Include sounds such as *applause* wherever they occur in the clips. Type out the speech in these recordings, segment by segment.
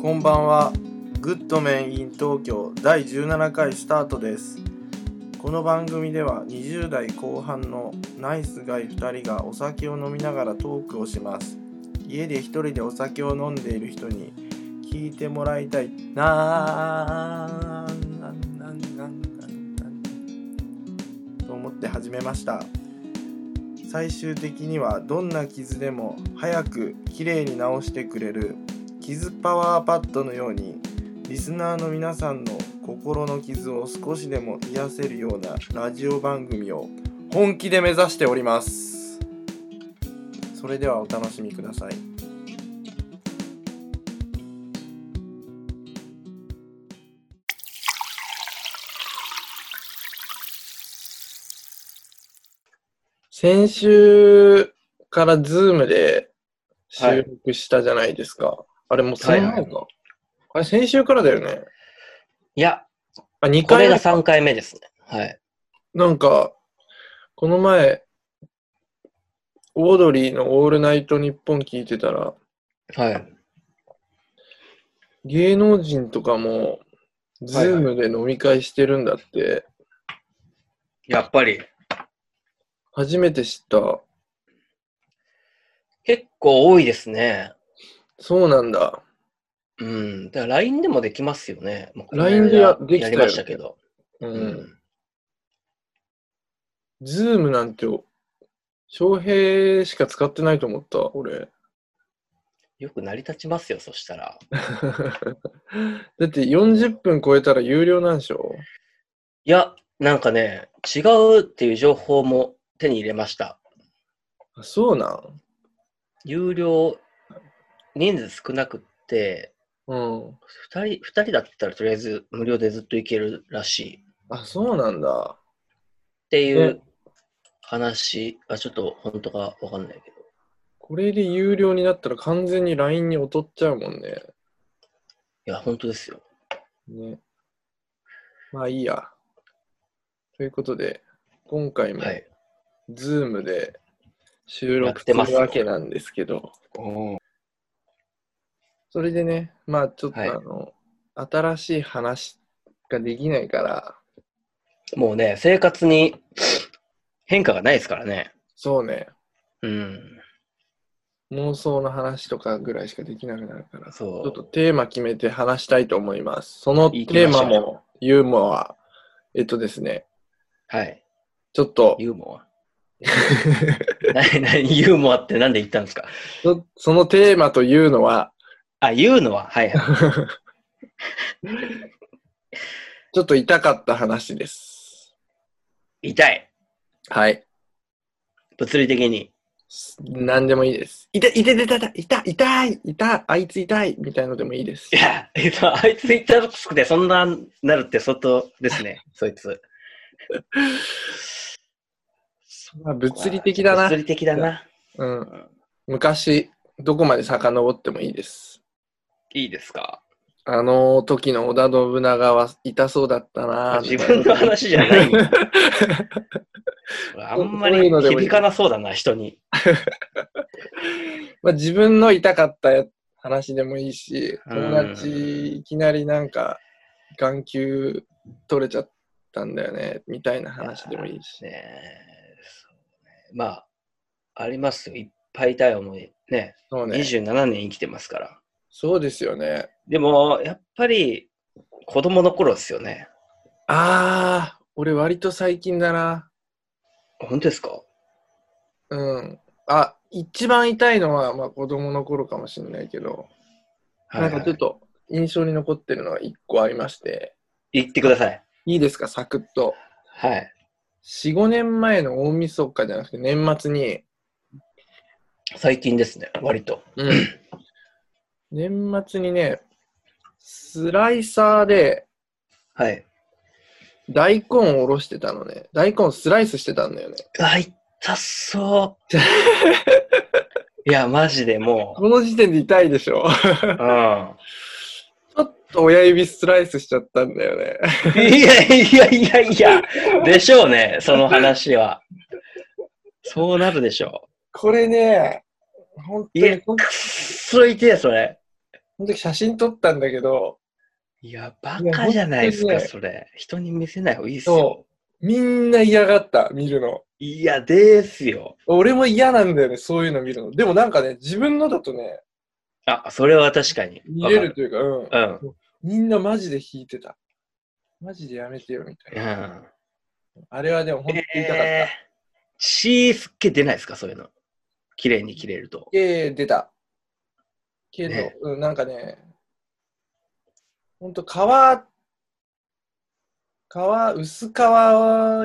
こんばんは。グッドメンイン東京第17回スタートです。この番組では20代後半のナイスガイ2人がお酒を飲みながらトークをします。家で一人でお酒を飲んでいる人に聞いてもらいたいなあなんなんなんなんなんと思って始めました。最終的にはどんな傷でも早くきれいに直してくれる傷パワーパッドのようにリスナーの皆さんの心の傷を少しでも癒せるようなラジオ番組を本気で目指しておりますそれではお楽しみください先週からズームで収録したじゃないですか、あれもうその前か、はいはいあれ先週からだよねいや、あ2こ回れ目が3回目ですね。はい。なんか、この前、オードリーのオールナイトニッポン聞いてたら、はい。芸能人とかも、ズはいはいームで飲み会してるんだって、やっぱり。初めて知った。結構多いですね。そうなんだ。うん。だから LINE でもできますよね。まあこの LINE でやできたよやりましたけど。う。。うんズームなんて、翔平しか使ってないと思った、 *laughs* 俺。よく成り立ちますよ、そしたら。だって40分超えたら有料なんでしょいや、なんかね、違うっていう情報も手に入れました。あそうなん有料、人数少なくって、うん。 2人、二人だったらとりあえず無料でずっといけるらしい。あ、そうなんだ。っていえう話はちょっと本当かわかんないけど。これで有料になったら完全に LINE に劣っちゃうもんね。いや、本当ですよ。ね。まあいいや。ということで、今回もはい。 Zoom で収やっ録すてまするわけなんですけど、それでね、まあちょっとあはいの、新しい話ができないから、もうね、生活に変化がないですからね。そうね、うん。妄想の話とかぐらいしかできなくなるから、ちそょっとう。テーマ決めて話したいと思います。そのいテい気ーがしマましたもユーモア、えっとですね、はい。ちょっと、ユー *laughs* モア。ななユーモアってなんで言ったんですかそそのテーマというのは、あ、言うのは、はいはい。ちょっと痛かった話です。 *laughs* 痛い。はい。物理的に。何でもいいです。痛い、痛い、痛い、痛い、痛い、痛い、あいつ痛い、みたいのでもいいですい。や、えっとあいつ痛くてそんななるって相当ですね、そいつ。まあ、物理的だな物。理的だな。うん。昔、どこまで遡ってもいいです。いいですかあの時の織田信長は痛そうだったな。自分の話じゃ *laughs* ない。あんまそういりうのでもいい響かなそうだな、人に。まあ、自分の痛かった話でもいいし、うん友達いきなりなんか眼球取れちゃったんだよねみたいな話でもいいし。ねえそうねまあ、ありますよ。いっぱい痛い思い。ね、そうね。 27年生きてますから。そうですよね。でも、やっぱり、子供の頃ですよね。あー、俺割と最近だな。本当ですかうん。あ、一番痛いのは、まあ、子供の頃かもしれないけど、はい、なんかちょっと印象に残ってるのは一個ありまして、言ってください。いいですか、サクッと。はい。 4、5年前の大晦日じゃなくて年末に、最近ですね、割と。うん年末にね、スライサーではい。大根をおろしてたのね。大根をスライスしてたんだよね。あ、痛 *laughs* そう。いや、マジでもこの時点で痛いでしょ *laughs* う。うん。ちょっと親指スライスしちゃったんだよね。いやいやいやいや、でしょうね、その話は。そうなるでしょう。これね、本当いやに、ほんくっそ痛いて、それ。の時写真撮ったんだけど、いや、バカじゃないですいやか、本それ。人に見せない方がいいっすよそ。う、みんな嫌がった、見るの。いや、ですよ。俺も嫌なんだよね、そういうの見るの。でもなんかね、自分のだとね、あ、それは確かに。見われかる。というか、うん。うん。みんなマジで引いてた。マジでやめてよ、みたいうな。ん。あれはでも本当に痛かった。えー血すっげえ出ないですか、そういうの。綺麗に切れると。えー、出た。けど、ねうん、なんかね、ほんと皮、皮、薄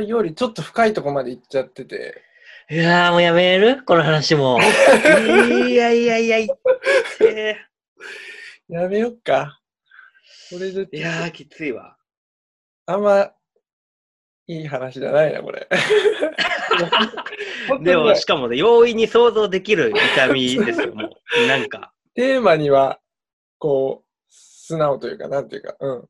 皮よりちょっと深いとこまで行っちゃってて、いやー、もうやめるこの話も。 *laughs* いやいやいや、いってやめよっか。これでーいやー、きついわ。あんま、いい話じゃないな、こ *laughs* れ。 *laughs* で本当も、にねしかもね、容易に想像できる痛みですよ、もう。なんか。テーマには、こう、素直というか、なんていうか、うん。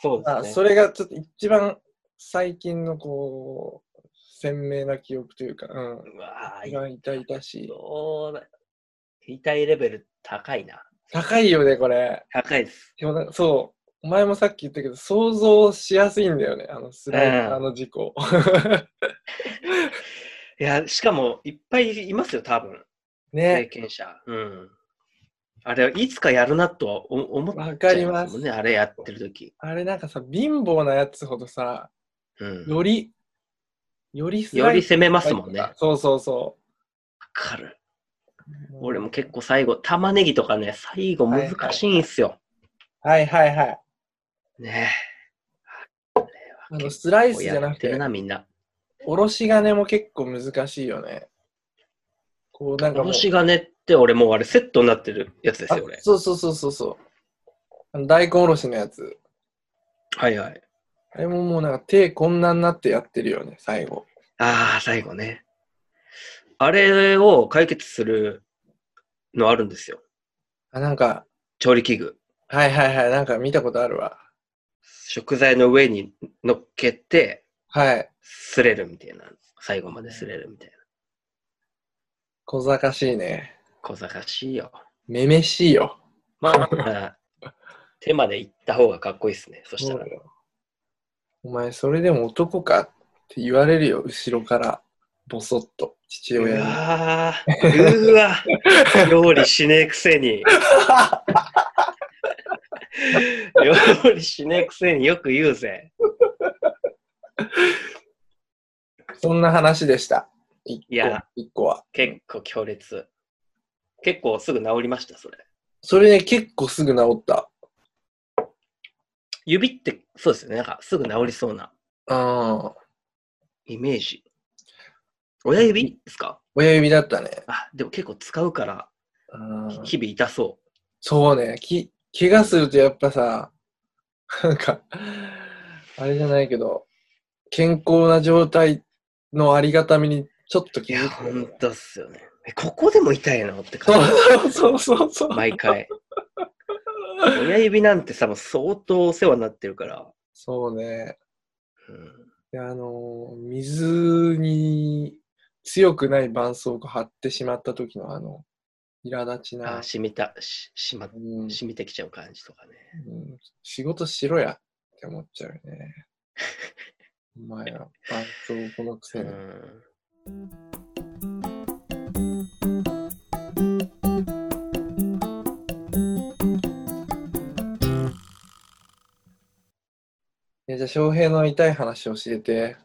そうまあ、ですそね。れがちょっと一番最近のこう、鮮明な記憶というか、うん。うわー一番痛々しい。そうだ痛いレベル高いな。高いよね、これ。高いです。でもなんかそう。お前もさっき言ったけど、想像しやすいんだよね、あのスライダーの事故。いや、しかも、いっぱいいますよ、多分。経ね。験者。うん。あれ、いつかやるなとはお思っわちゃかいりまますすもんね、あれやってる時あれなんかさ、貧乏なやつほどさ、うん。より、よりスライダーより攻めますもんね。わそうそうそかる。う。俺も結構最後、玉ねぎとかね、最後難しいんすよ。はいはいはい。ねあの、スラえ。イスじゃなくやっててる、な、みんな。おろし金も結構難しいよね。こうなんかもう。星がねって、俺もうあれセットになってるやつですあよ、俺。そうそうそうそうそう。あの大根おろしのやつ。はいはい。あれももうなんか手こんなになってやってるよね、最後。ああ、最後ね。あれを解決するのあるんですよ。あ、なんか、調理器具。はいはいはい、なんか見たことあるわ。食材の上に乗っけて、はい。擦れるみたいな。最後まで擦れるみたいな。小賢しいね。小賢しいよ。めめしいよ。まあ、まあ手まで行った方がかっこいいですね。そしたら。お前、それでも男かって言われるよ、後ろから。ボソッと、父う親に。わーうわ料理しねえくせに。料理しねえくせによく言うぜ。 *laughs* そんな話でした。一いや個一個は。結構強烈。結構すぐ治りました、それ。それね、結構すぐ治った。指ってそうですよね。なんかすぐ治りそうなうん。イメージ。親指ですか親指だったね。あ、でも結構使うからうん日々痛そそうね、き、怪我するとやっぱさ、なんか、あれじゃないけど、健康な状態のありがたみにちょっとう。い気づや、くほよね、んとっすよね。えここでも痛いのって感じ。そうそうそうそう。毎回。親指なんてさ、もう相当お世話になってるから。そうね。うんであのー、水に強くない絆創膏貼ってしまった時のあの、苛立ちあな、染みたししまうん、染みてきちゃう感じとかねうん仕事しろやって思っちゃうよね。 *laughs* お前は絆創膏のくせうに。んえじゃあ、翔平の痛い話教えて。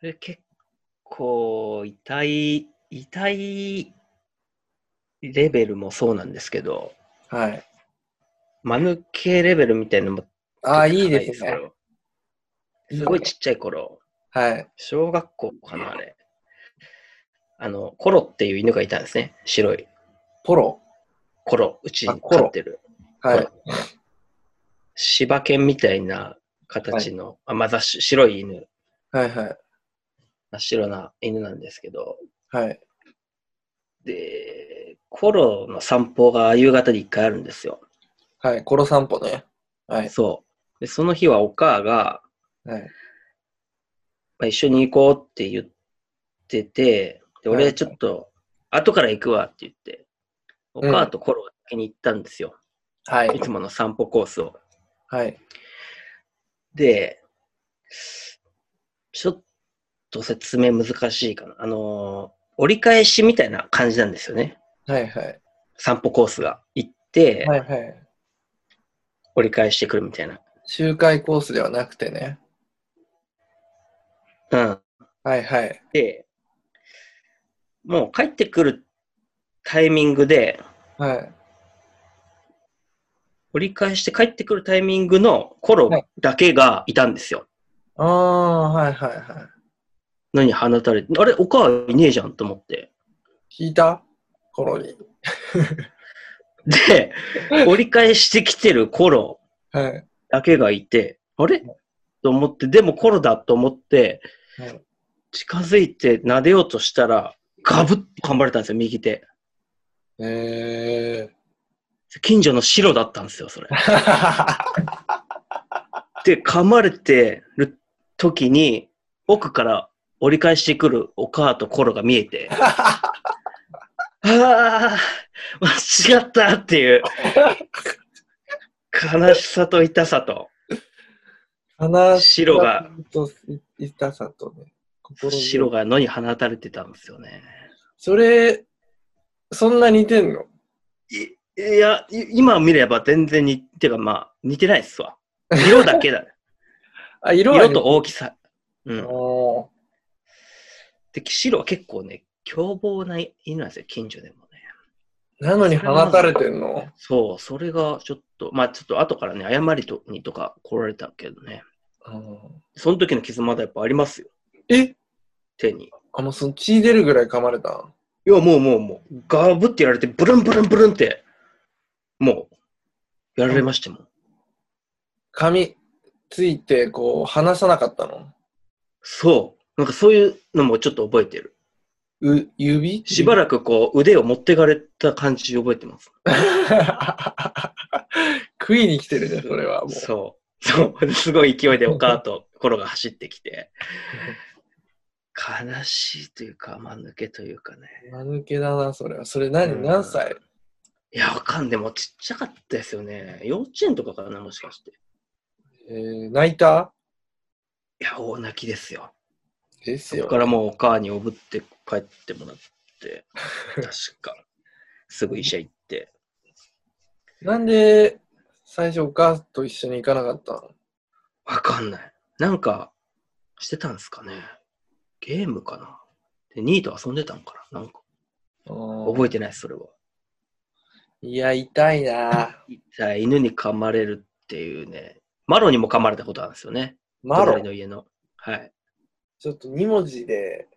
それ結構痛い痛いレベルもそうなんですけどはい。間抜けレベルみたいなのもああ、いい高ですけね。どすごいちっちゃい頃はい。小学校かなあれあのコロっていう犬がいたんですね白いポロ。コロうちあにコロ飼ってるはい。柴犬みたいな形の、あまだし白い犬はいはい。真っ白な犬なんですけど、はい。で、コロの散歩が夕方で一回あるんですよ。はい。コロ散歩ね。はい。そう。で、その日はお母が、はい。まあ、一緒に行こうって言ってて、で、は俺いちょっと、後から行くわって言って、お母とコロを先に行ったんですよ。はいい。つもの散歩コースを。はい。で、ちょっと説明難しいかな。あのー折り返しみたいな感じなんですよね。はいはい。散歩コースが。行って、はいはい。折り返してくるみたいな。周回コースではなくてね。うん。はいはい。で、もう帰ってくるタイミングで、はい。折り返して帰ってくるタイミングのコロはいだけがいたんですよ。ああ、はいはいはのに放たれて、あれ、お母いねえじゃんと思って。い。聞いたコロリ。 *laughs* で、折り返してきてるコロはい。だけがいて、あれと思って、でもコロだと思って、はい近づいて撫でようとしたら、ガブッと噛まれたんですよ、右手。え近所の白だったんですよ、それ。ー。 *laughs* はで、噛まれてる時に、奥から折り返してくるお母とコロが見えて、ああ、間違ったっていう、悲しさと痛さと、話白が、とい痛さとね。心強い白が野に放たれてたんですよね。それ、そんな似てんのいいや、い今見れば全然似てか、まあ、似てないっすわ。色だけだ。あ、 *laughs* 色は色似と大きさ。うてんんの。おで、白は結構ね、凶暴な犬なんですよ、近所でもね。ーなのに放たれてんのそう、それがちょっと、まあちょっと後からね、謝りとにとか来られたけどね。うんその時の傷まだやっぱありますよ、え手に。あ、もうその血出るぐらい噛まれたいや、もうもうもう、ガブってやられて、ブルンブルンブルンって、もう、やられましたもん。髪ついて、こう、離さなかったのそう。なんかそういうのもちょっと覚えてる。う、指しばららくこう、腕を持ってかれた感じ覚えてます。く。 *laughs* 食いに来てるね、それはもう。そう。そう。 *laughs* すごい勢いでお母とコロが走ってきて、悲しいというか、間抜けというかね。間抜けだな、それは。それ何、うん何歳いや、わかんでもちっちゃかったですよね。幼稚園とかかな、もしかして。えー、泣いたいや、大泣きですよ。ですそよこ。からもうお母におぶって帰ってもらって、確か。すぐ医者行って。なんで、最初お母と一緒に行かなかったのわかんない。なんか、してたんですかね。ゲームかな。で、ニーと遊んでたんかな。なんか、覚えてないです、それは。いや、痛いな。痛い犬に噛まれるっていうね。マロにも噛まれたことあるんですよね。マロ隣、の家の。はい。ちょっと2文字で、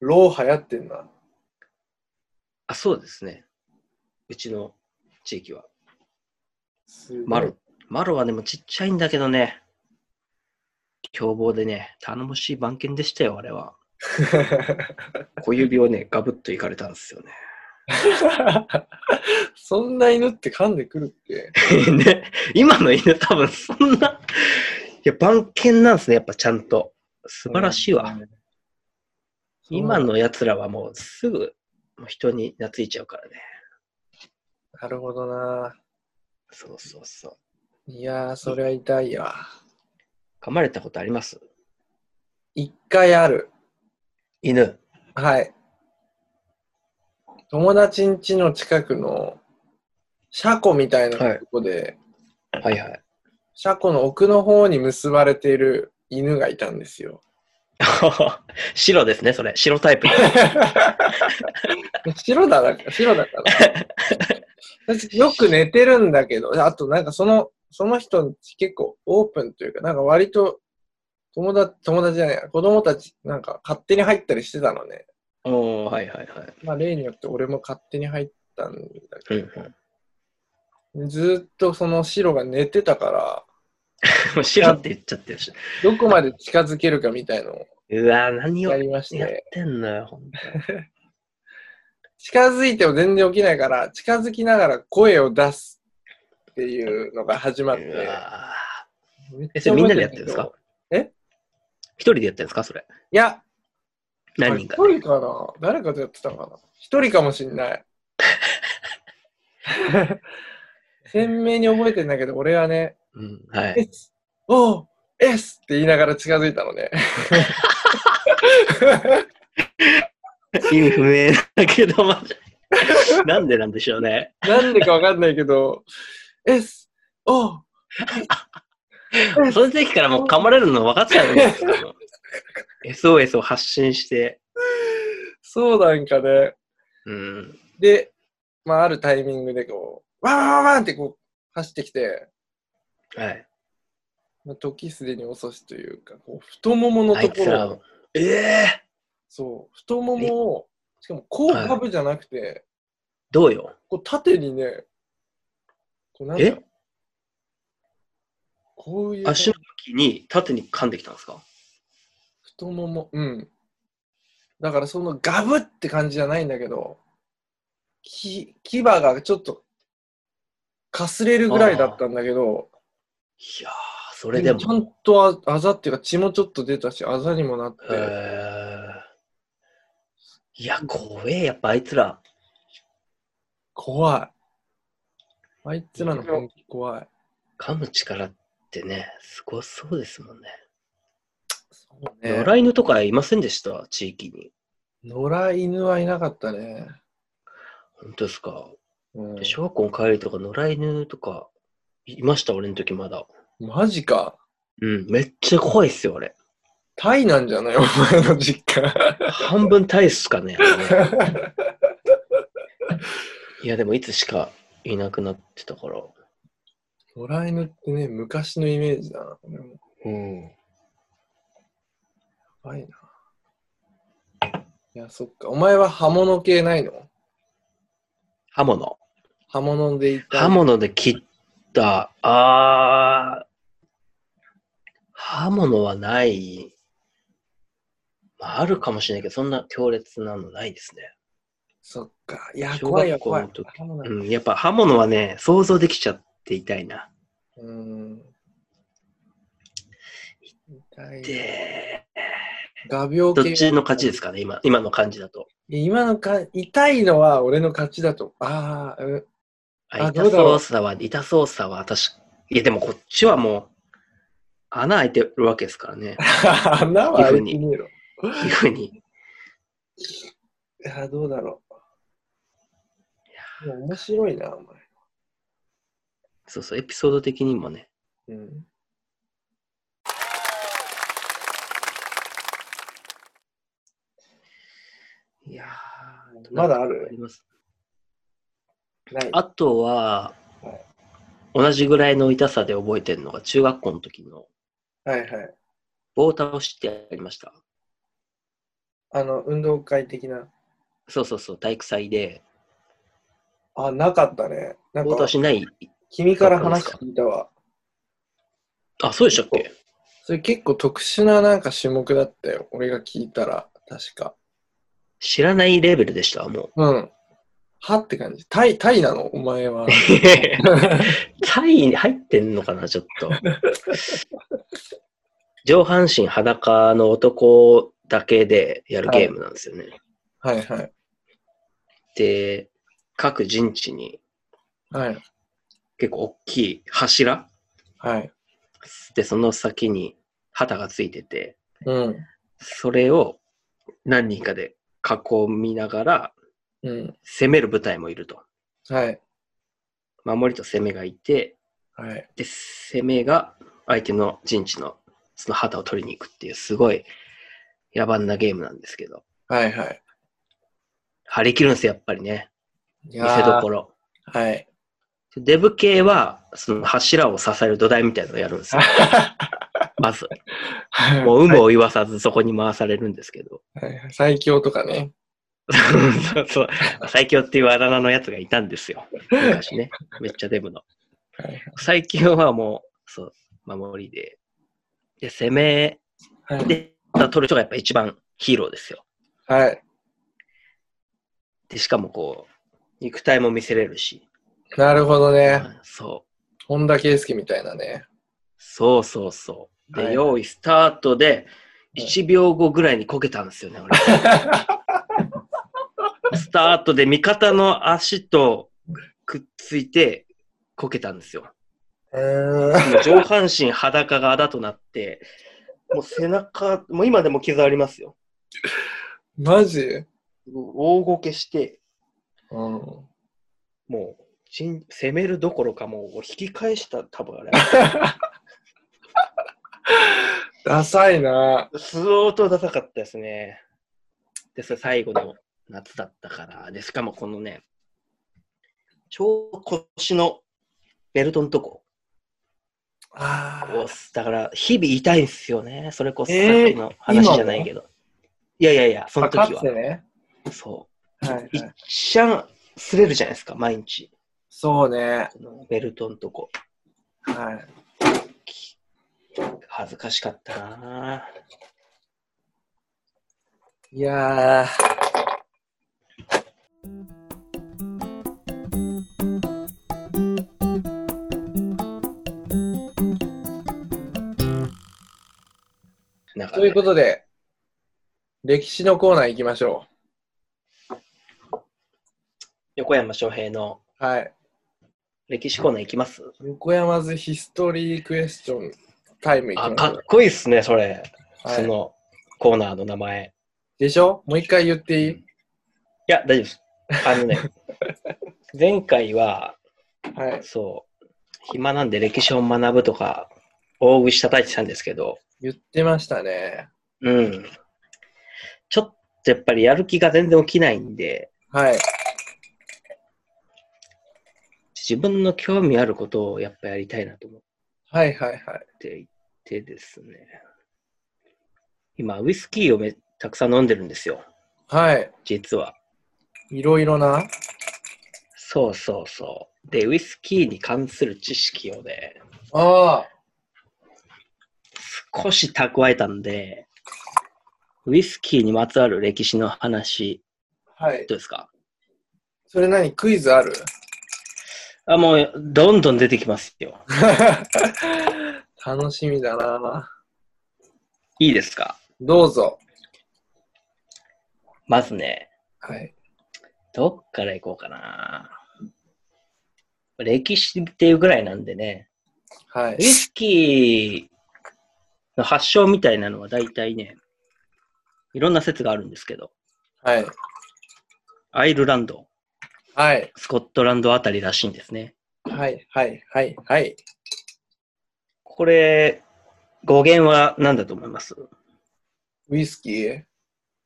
ロー流行ってんな。あ、そうですね。うちの地域は。すごいマロ。。マロはでもちっちゃいんだけどね。凶暴でね、頼もしい番犬でしたよ、あれは。小指をね、ガブッといかれたんですよね。 *laughs* そんな犬って噛んでくるっけね *laughs* 今の犬多分そんな、いや、番犬なんですね、やっぱちゃんと。素晴らしいわ。うん今の奴らはもうすぐもう人に懐いちゃうからね。なるほどな。そうそうそう。いやー、そりゃ痛いわ。噛まれたことあります一回ある。犬。はい。友達ん家の近くの車庫みたいなとこで、はいはい。車庫の奥の方に結ばれている犬がいたんですよ。 *laughs* 白ですね、それ。白タイプ。白だら、白だから。私よく寝てるんだけど、あとなんかその、その人結構オープンというか、なんか割と友達、友達じゃないや、子供たちなんか勝手に入ったりしてたのね。 *laughs* おー、はいはいはい。まあ例によって俺も勝手に入ったんだうけんうんど、ずーっとその白が寝てたから、もう白って言っちゃってるし。どこまで近づけるかみたいのをうわ何をややっりまして、てんのよ、ほんと。近づいても全然起きないから、近づきながら声を出すっていうのが始まって、うわめっえ、ちそゃれ覚みえんなてでるんだけどやってるんですかえ一人でやってるんですかそれ。いや、何人かあで。 *laughs* 一人かな誰かとやってたのかな一人かもしんない。鮮明に覚えてんだけど、俺はね、うん、はい。 S! おう !S! って言いながら近づいたのね。意味不明だけど、まあ *laughs* なんでなんでしょうね。なんでかわかんないけど、S! おうその時からもう噛まれるの分かっちゃうんですよ。SOS を発信して、そうなんかね。うん、で、まあ、あるタイミングでこう、ワンワンワンってこう、走ってきて、はい。まあ、時すでに遅しというか、こう太もものあといこつらろ、を、ええそう、太ももを、しかも、こうはい下部じゃなくて、どうよ。こう縦にね、こうなんだえこういう足の時に縦に噛んできたんですか太もも、うん。だからそのガブって感じじゃないんだけど、き牙がちょっとかすれるぐらいだったんだけど、いやー、それでちゃんも。とああざっていうか血もちょっと出たし、あざにもなって、えーいや、怖え、やっぱあいつら。怖い。あいつらの本気怖い。噛む力ってね、すごそうですもんね。そうね野良犬とかいませんでした地域に。野良犬はいなかったね。本当ですか。うん、小学校の帰りとか野良犬とかいました、俺の時まだ。マジか。うん、めっちゃ怖いっすよ、俺。タイなんじゃない *laughs* お前の実家。半分体質かね。あれねいや、でもいつしかいなくなってたから。野良犬ってね、昔のイメージだな。俺もうん。怖いな。いや、そっか。お前は刃物系ないの刃物。刃物でいた。刃物で切った、あー、刃物はない。まあ、あるかもしれないけど、そんな強烈なのないですね。そっか。いや、小怖いよ、学校怖いの時。刃物うん、やっぱ刃物はね、想像できちゃって痛いな。うん。痛いね。で、画鋲ど系。っちの勝ちですかね、今、今の感じだと。今のか、痛いのは俺の勝ちだと。ああ、うん。 *laughs* ああど痛うだろそううさは、痛そうさは、私、いや、でもこっちはもう、穴開いてるわけですか *laughs* らね。穴は開いてねえろ。皮膚に。いや、どうだろう。いや、面白いな、お前。そうそう、エピソード的にもね、うんいやーまだああるります。ない。あとははい、同じぐらいの痛さで覚えてるのが、中学校の時のはいはい。棒を倒してありました。あの、運動会的な。そうそうそう、体育祭で、あ、なかったね。なん棒倒か、しない。君から話聞いたわ。あ、そうでしたっけそれ結構特殊ななんか種目だったよ。俺が聞いたら、確か。知らないレベルでした、 *laughs* もうん。はって感じ。タイ、タイなのお前 *laughs* は。う。体位に入ってんのかな、ちょっ *laughs* と。上半身裸の男だけでやるゲームなんですよね。はいはい。で、各陣地にはい。結構大きい柱はい。で、その先に旗がついてて、うん。それを何人かで囲みながらうん。攻める部隊もいると。はい。守りと攻めがいて、はい。で、攻めが相手の陣地のその旗を取りに行くっていう、すごい野蛮なゲームなんですけど、はいはい。張り切るんですよ、やっぱりね。い見ーせどころ。はい。 *laughs* デブ系は、その柱を支える土台みたいなのをやるんです *laughs* よ。まず。もう有無を言わさずそこに回されるんですけど。 *laughs* はい最強とかね。そうそう。最強っていうあだ名のやつがいたんですよ。昔ね。めっちゃデブの。はい最近はもう、そう、守りで。で、攻めはい。で取る人がやっぱ一番ヒーローですよ。はい。で、しかもこう、肉体も見せれるし。なるほどね。そう。本田圭佑みたいな *laughs* ね。そうそうそう。で、はい用意スタートで、はい1秒後ぐらいにこけたんですよ *laughs* ね、俺。スタートで味方の足とくっついて、こけたんですよ。えー、もう上半身裸があだとなって、もう背中、もう今でも傷ありますよ。マジ大ごけして、うん。もう、ちん攻めるどころか、もう引き返した、多分 *laughs* あれ。ダサいな。相当ダサかったですね。で、それ最後の夏だったから。で、しかもこのね、ちょうど腰のベルトのとこ。あこうだから、日々痛いんですよね。それこそさっえーきの話じゃないけど。いやいやいや、そのあ。か時つはて。ね。そ。はいういはっい。ちゃん擦れるじゃないですか、毎日。そうね。このベルトのとこ。はい。恥ずかしかったないやー。なんかというね、ことで、歴史のコーナー行きましょ横山翔平のう。はい。歴史コーナー行きます横山ズヒストリークエスチョンタイム行あ、きまかしょっう。こいいっすね、それ。はいそのコーナーの名前。でしょもう一回言っていい、いや、大丈夫です。あの *laughs* ね、前回は、はい。そう、暇なんで歴史を学ぶとか、大口叩いてたんですけど、言ってましたね。うん。ちょっとやっぱりやる気が全然起きないんで、はい。自分の興味あることをやっぱやりたいなと思っはいはいはい。ていてですね。今、ウイスキーをめたくさん飲んでるんですよ、はい。実は。いろいろな。そうそうそう。で、ウイスキーに関する知識をね、あ少し蓄えたんで、ウイスキーにまつわる歴史の話、あ。はい。どうですかそれ何クイズあるあ、もう、どんどん出てきますよ。 *laughs* 楽しみだな。いいですかどうぞ。まずね、はい。どっから行こうかな。歴史っていうぐらいなんでね、はいウイ。スキーの発祥みたいなのは大体ね、いろんな説があるんですけど、はい。アイルランド、はい。スコットランドあたりらしいんですね。はい。はい。はい。はい。これ、語源は何だと思いますウイスキー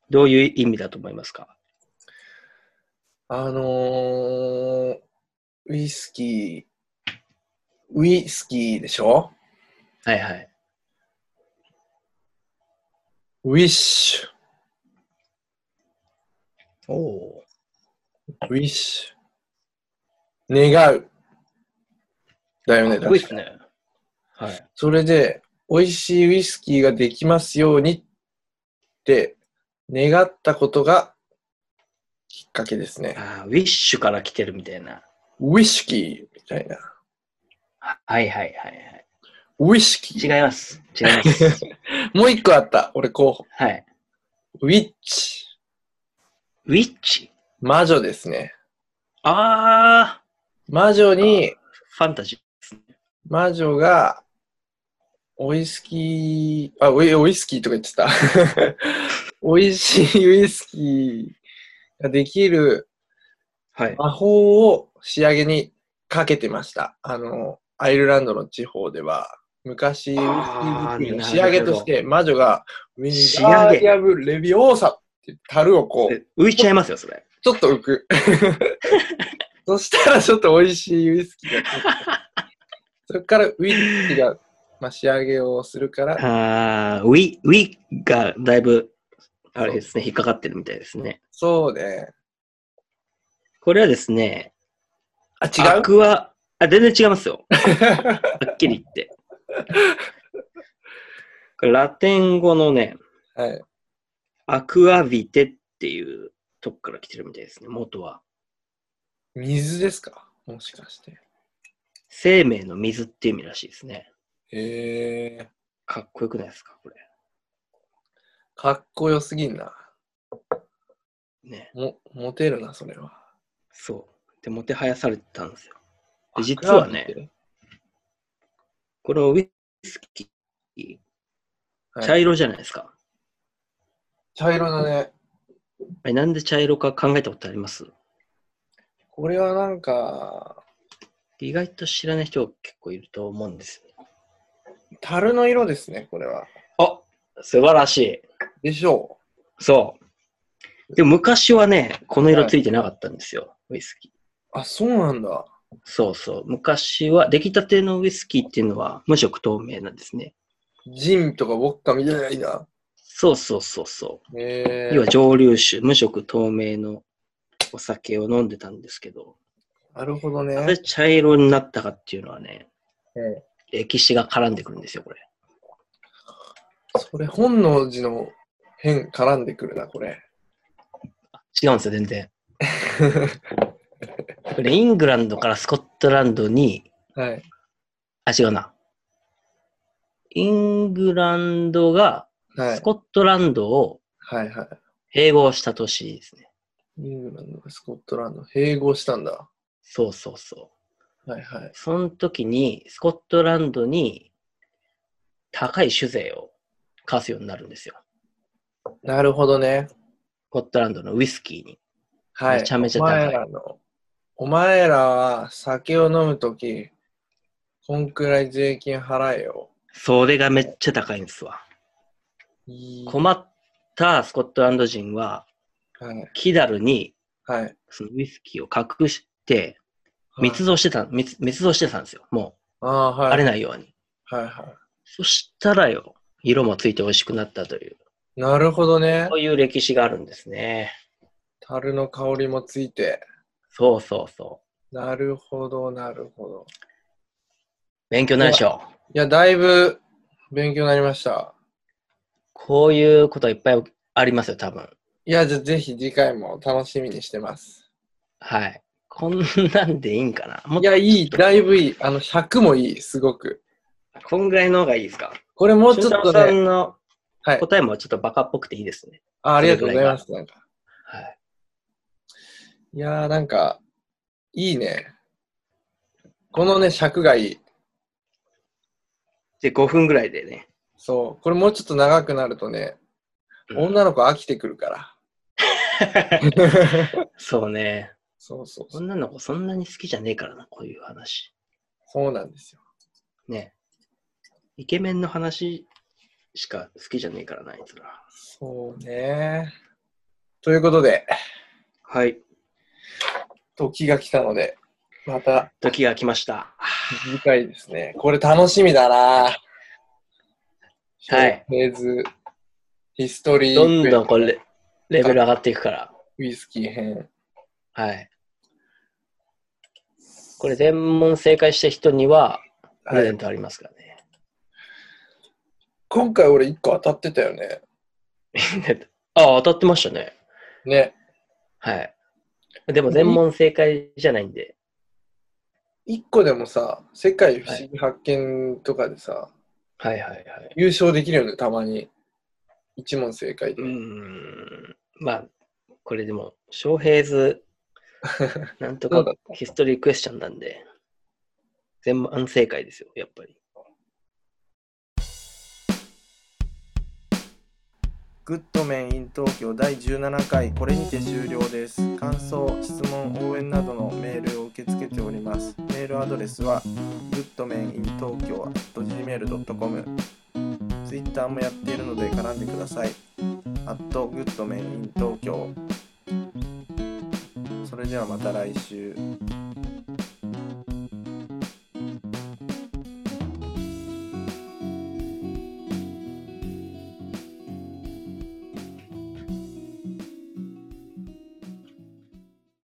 どういう意味だと思いますかあのー、ウイスキー、ウイスキーでしょはいはい。ウィッシおお。ュ、ウィッシュ。願う。だよね、すごい確でかすね。はい。それで、美味しいウイスキーができますようにって願ったことがきっかけですね。ああ、ウィッシュから来てるみたいな。ウィスキーみたいな。はいはいはい、ウィスキはー。い。違います。違い *laughs* ます。もう一個あった。俺候補。はい。ウィッチ。ウィッチ魔女ですね。ああ、魔女に、ファンタジーですね。魔女が、ウイスキー、あ、ウイウイスキーとか言ってた。 *laughs* 美味しいウイスキーができるはい。魔法を仕上げにかけてました。あの、アイルランドの地方では、昔、ウイスキー作りの仕上げとして、魔女が、ウィ仕ン上ダげー・ヤブ・レビオーサって樽をこう、え浮いちゃいますよ、それ。ちょっと浮く。 *laughs* そしたらちょっと美味しいウイスキ *laughs* ーが。それからウイスキーが、まあ、仕上げをするから、ああ、ウィ、ウィがだいぶ、あれですね、引っかかってるみたいですね。そうね。これはですね、あ、違アうクア、あ、全然違いますよ。はっきり言って。これラテン語のね、 *laughs* はい。アクアビテっていうとこから来てるみたいですね、元は。水ですかもしかして。生命の水っていう意味らしいですね。へえ。かっこよくないですか、これ。かっこよすぎんな。ね。も、モテるな、それは。そう。で、もてはやされてたんですよ。で、実はね、。このウイスキー、はい茶色じゃないですか。茶色だね。あれなんで茶色か考えたことありますこれはなんか、意外と知らない人結構いると思うんですよね。樽の色ですね、これは。あ素晴らしい。でしょそう。でも昔はね、この色ついてなかったんですよ、ウイスキー。う。あ、そうなんだ。そうそう。昔は、出来たてのウイスキーっていうのは無色透明なんですね。ジンとかウォッカみたいないな。そうそうそうそう。え要は蒸留酒、無色透明のお酒を飲んでたんですけど、なるほどなぜね。茶色になったかっていうのはね、うん歴史が絡んでくるんですよ、これ。それ、本能寺の変絡んでくるな、これ。 *laughs* 違うんですよ、全然。これ、イングランドからスコットランドに、はい。あ、違うな。イングランドがはスい。コットランドをはいは併合した年ですね。い。イングランドがスコットランド併合したんだ。そうそうそ。。はいはいうその時に、スコットランドに高い酒税を課すようになるんですよ。なるほどね。スコットランドのウイスキーに。はい。めちゃめちゃ高いお前らの、お前らは酒を飲むとき、こんくらい税金払えよ。それがめっちゃ高いんですわ。いい困ったスコットランド人は、はい。キダルにはい。そのウイスキーを隠して、密はい造してた、密密造してたんですよ。もああ、う、はい。バレないように。はいはそしたらよ、色もついて美味しくなったという、い。なるほどねそ。ういう歴史があるんですね。樽の香りもついて。そうそうそう。なるほど、なるほど。勉強になるでしょ。いや、だいぶ勉強になりました。こういうこといっぱいありますよ、多分。いや、じゃあぜひ次回も楽しみにしてます。はい。こんなんでいいんかな。もっいや、いい、だいぶいい。あの、100もいい、すごく。とこんぐらいの方がいいですか。これもうちょ俊っ太と郎さね、んのはい。答えもちょっとバカっぽくていいですね。あありがとうございます。なんかはい。いやー、なんか、いいね。このね、尺がいい。で、5分ぐらいでね。そう。これもうちょっと長くなるとね、うん女の子飽きてくる *laughs* から。そうね。そうそうそう。女の子そんなに好きじゃねえからな、こういう話。そうなんですよ。ね。イケメンの話しか好きじゃねえからな、あいつら。そうね。ということで、はい。時が来たので、また時が来ました。次回ですね。これ楽しみだな。はい。フェーズ、ヒストリー、どんどんこれ、レレベル上がっていくから。ウイスキー編。はい。これ全問正解した人には、プレゼントありますからね。今回俺1個当たってたよね。 *laughs* ああ、当たってましたね。ね。はい。でも全問正解じゃないんで。一個でもさ、世界不思議発見とかでさ、はいはいはい。優勝できるよね、たまに。一問正解うで。ーん。まあ、これでも、翔平図、なんとそうだかっヒストリークエスチョンなんで、全問正解ですよ、やっぱり。グッドメン in 東京第17回これにて終了です感想質問応援などのメールを受け付けておりますメールアドレスは goodmaninTokyo.gmail.com ツイッターもやっているので絡んでください goodmaninTokyo それではまた来週